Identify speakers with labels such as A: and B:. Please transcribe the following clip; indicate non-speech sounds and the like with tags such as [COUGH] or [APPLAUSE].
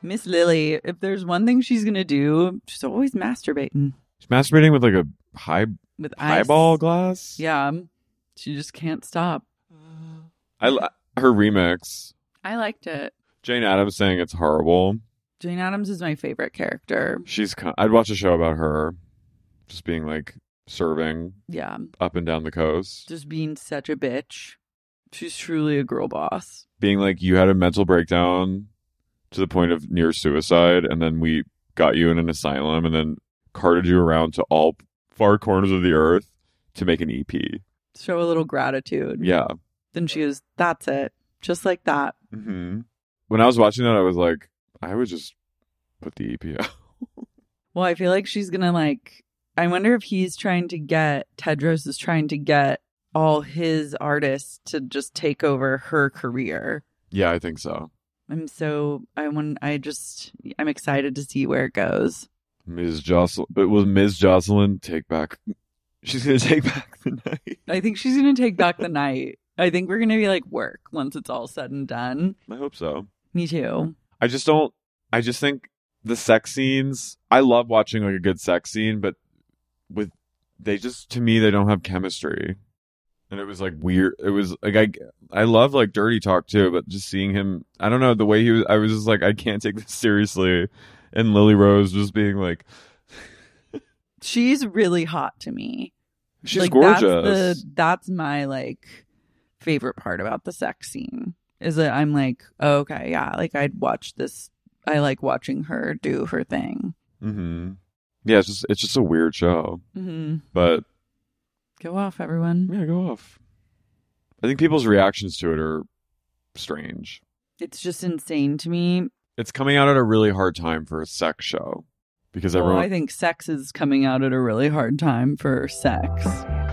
A: Miss Lily, if there's one thing she's gonna do, she's always masturbating
B: She's masturbating with like a high
A: with ice.
B: highball glass.
A: Yeah, she just can't stop.
B: I li- her remix.
A: I liked it.
B: Jane Addams saying it's horrible.
A: Jane Addams is my favorite character.
B: She's. Con- I'd watch a show about her, just being like serving
A: Yeah,
B: up and down the coast,
A: just being such a bitch. She's truly a girl boss.
B: being like you had a mental breakdown to the point of near suicide, and then we got you in an asylum, and then carted you around to all far corners of the earth to make an EP.
A: Show a little gratitude.
B: Yeah.
A: Then she goes, "That's it." Just like that.
B: Mm-hmm. When I was watching that, I was like, I would just put the EP [LAUGHS] out.
A: Well, I feel like she's gonna like. I wonder if he's trying to get Tedros is trying to get all his artists to just take over her career.
B: yeah, I think so.
A: I'm so
B: Mm-hmm.
A: I want. I just I'm excited to see where it goes.
B: Ms. Jocelyn. It was Ms. Jocelyn take back. She's gonna [LAUGHS] take back the night.
A: I think she's gonna take back the night. I think we're gonna be like work once it's all said and done.
B: I hope so.
A: Me too.
B: I just don't. I just think the sex scenes. I love watching like a good sex scene, but with they just to me they don't have chemistry. And it was like weird. It was like I I love like dirty talk too, but just seeing him, I don't know the way he was. I was just like I can't take this seriously. And Lily Rose just being like,
A: She's really hot to me.
B: she's
A: like,
B: gorgeous.
A: That's, the, that's my like favorite part about the sex scene is that I'm like, oh, okay, yeah, like I'd watch this. I like watching her do her thing.
B: hmm Yeah, it's just it's just a weird show,
A: hmm
B: but
A: Go off, everyone.
B: Yeah, go off. I think people's reactions to it are strange.
A: It's just insane to me.
B: It's coming out at a really hard time for a sex show because
A: Well,
B: everyone.
A: I think sex is coming out at a really hard time for sex.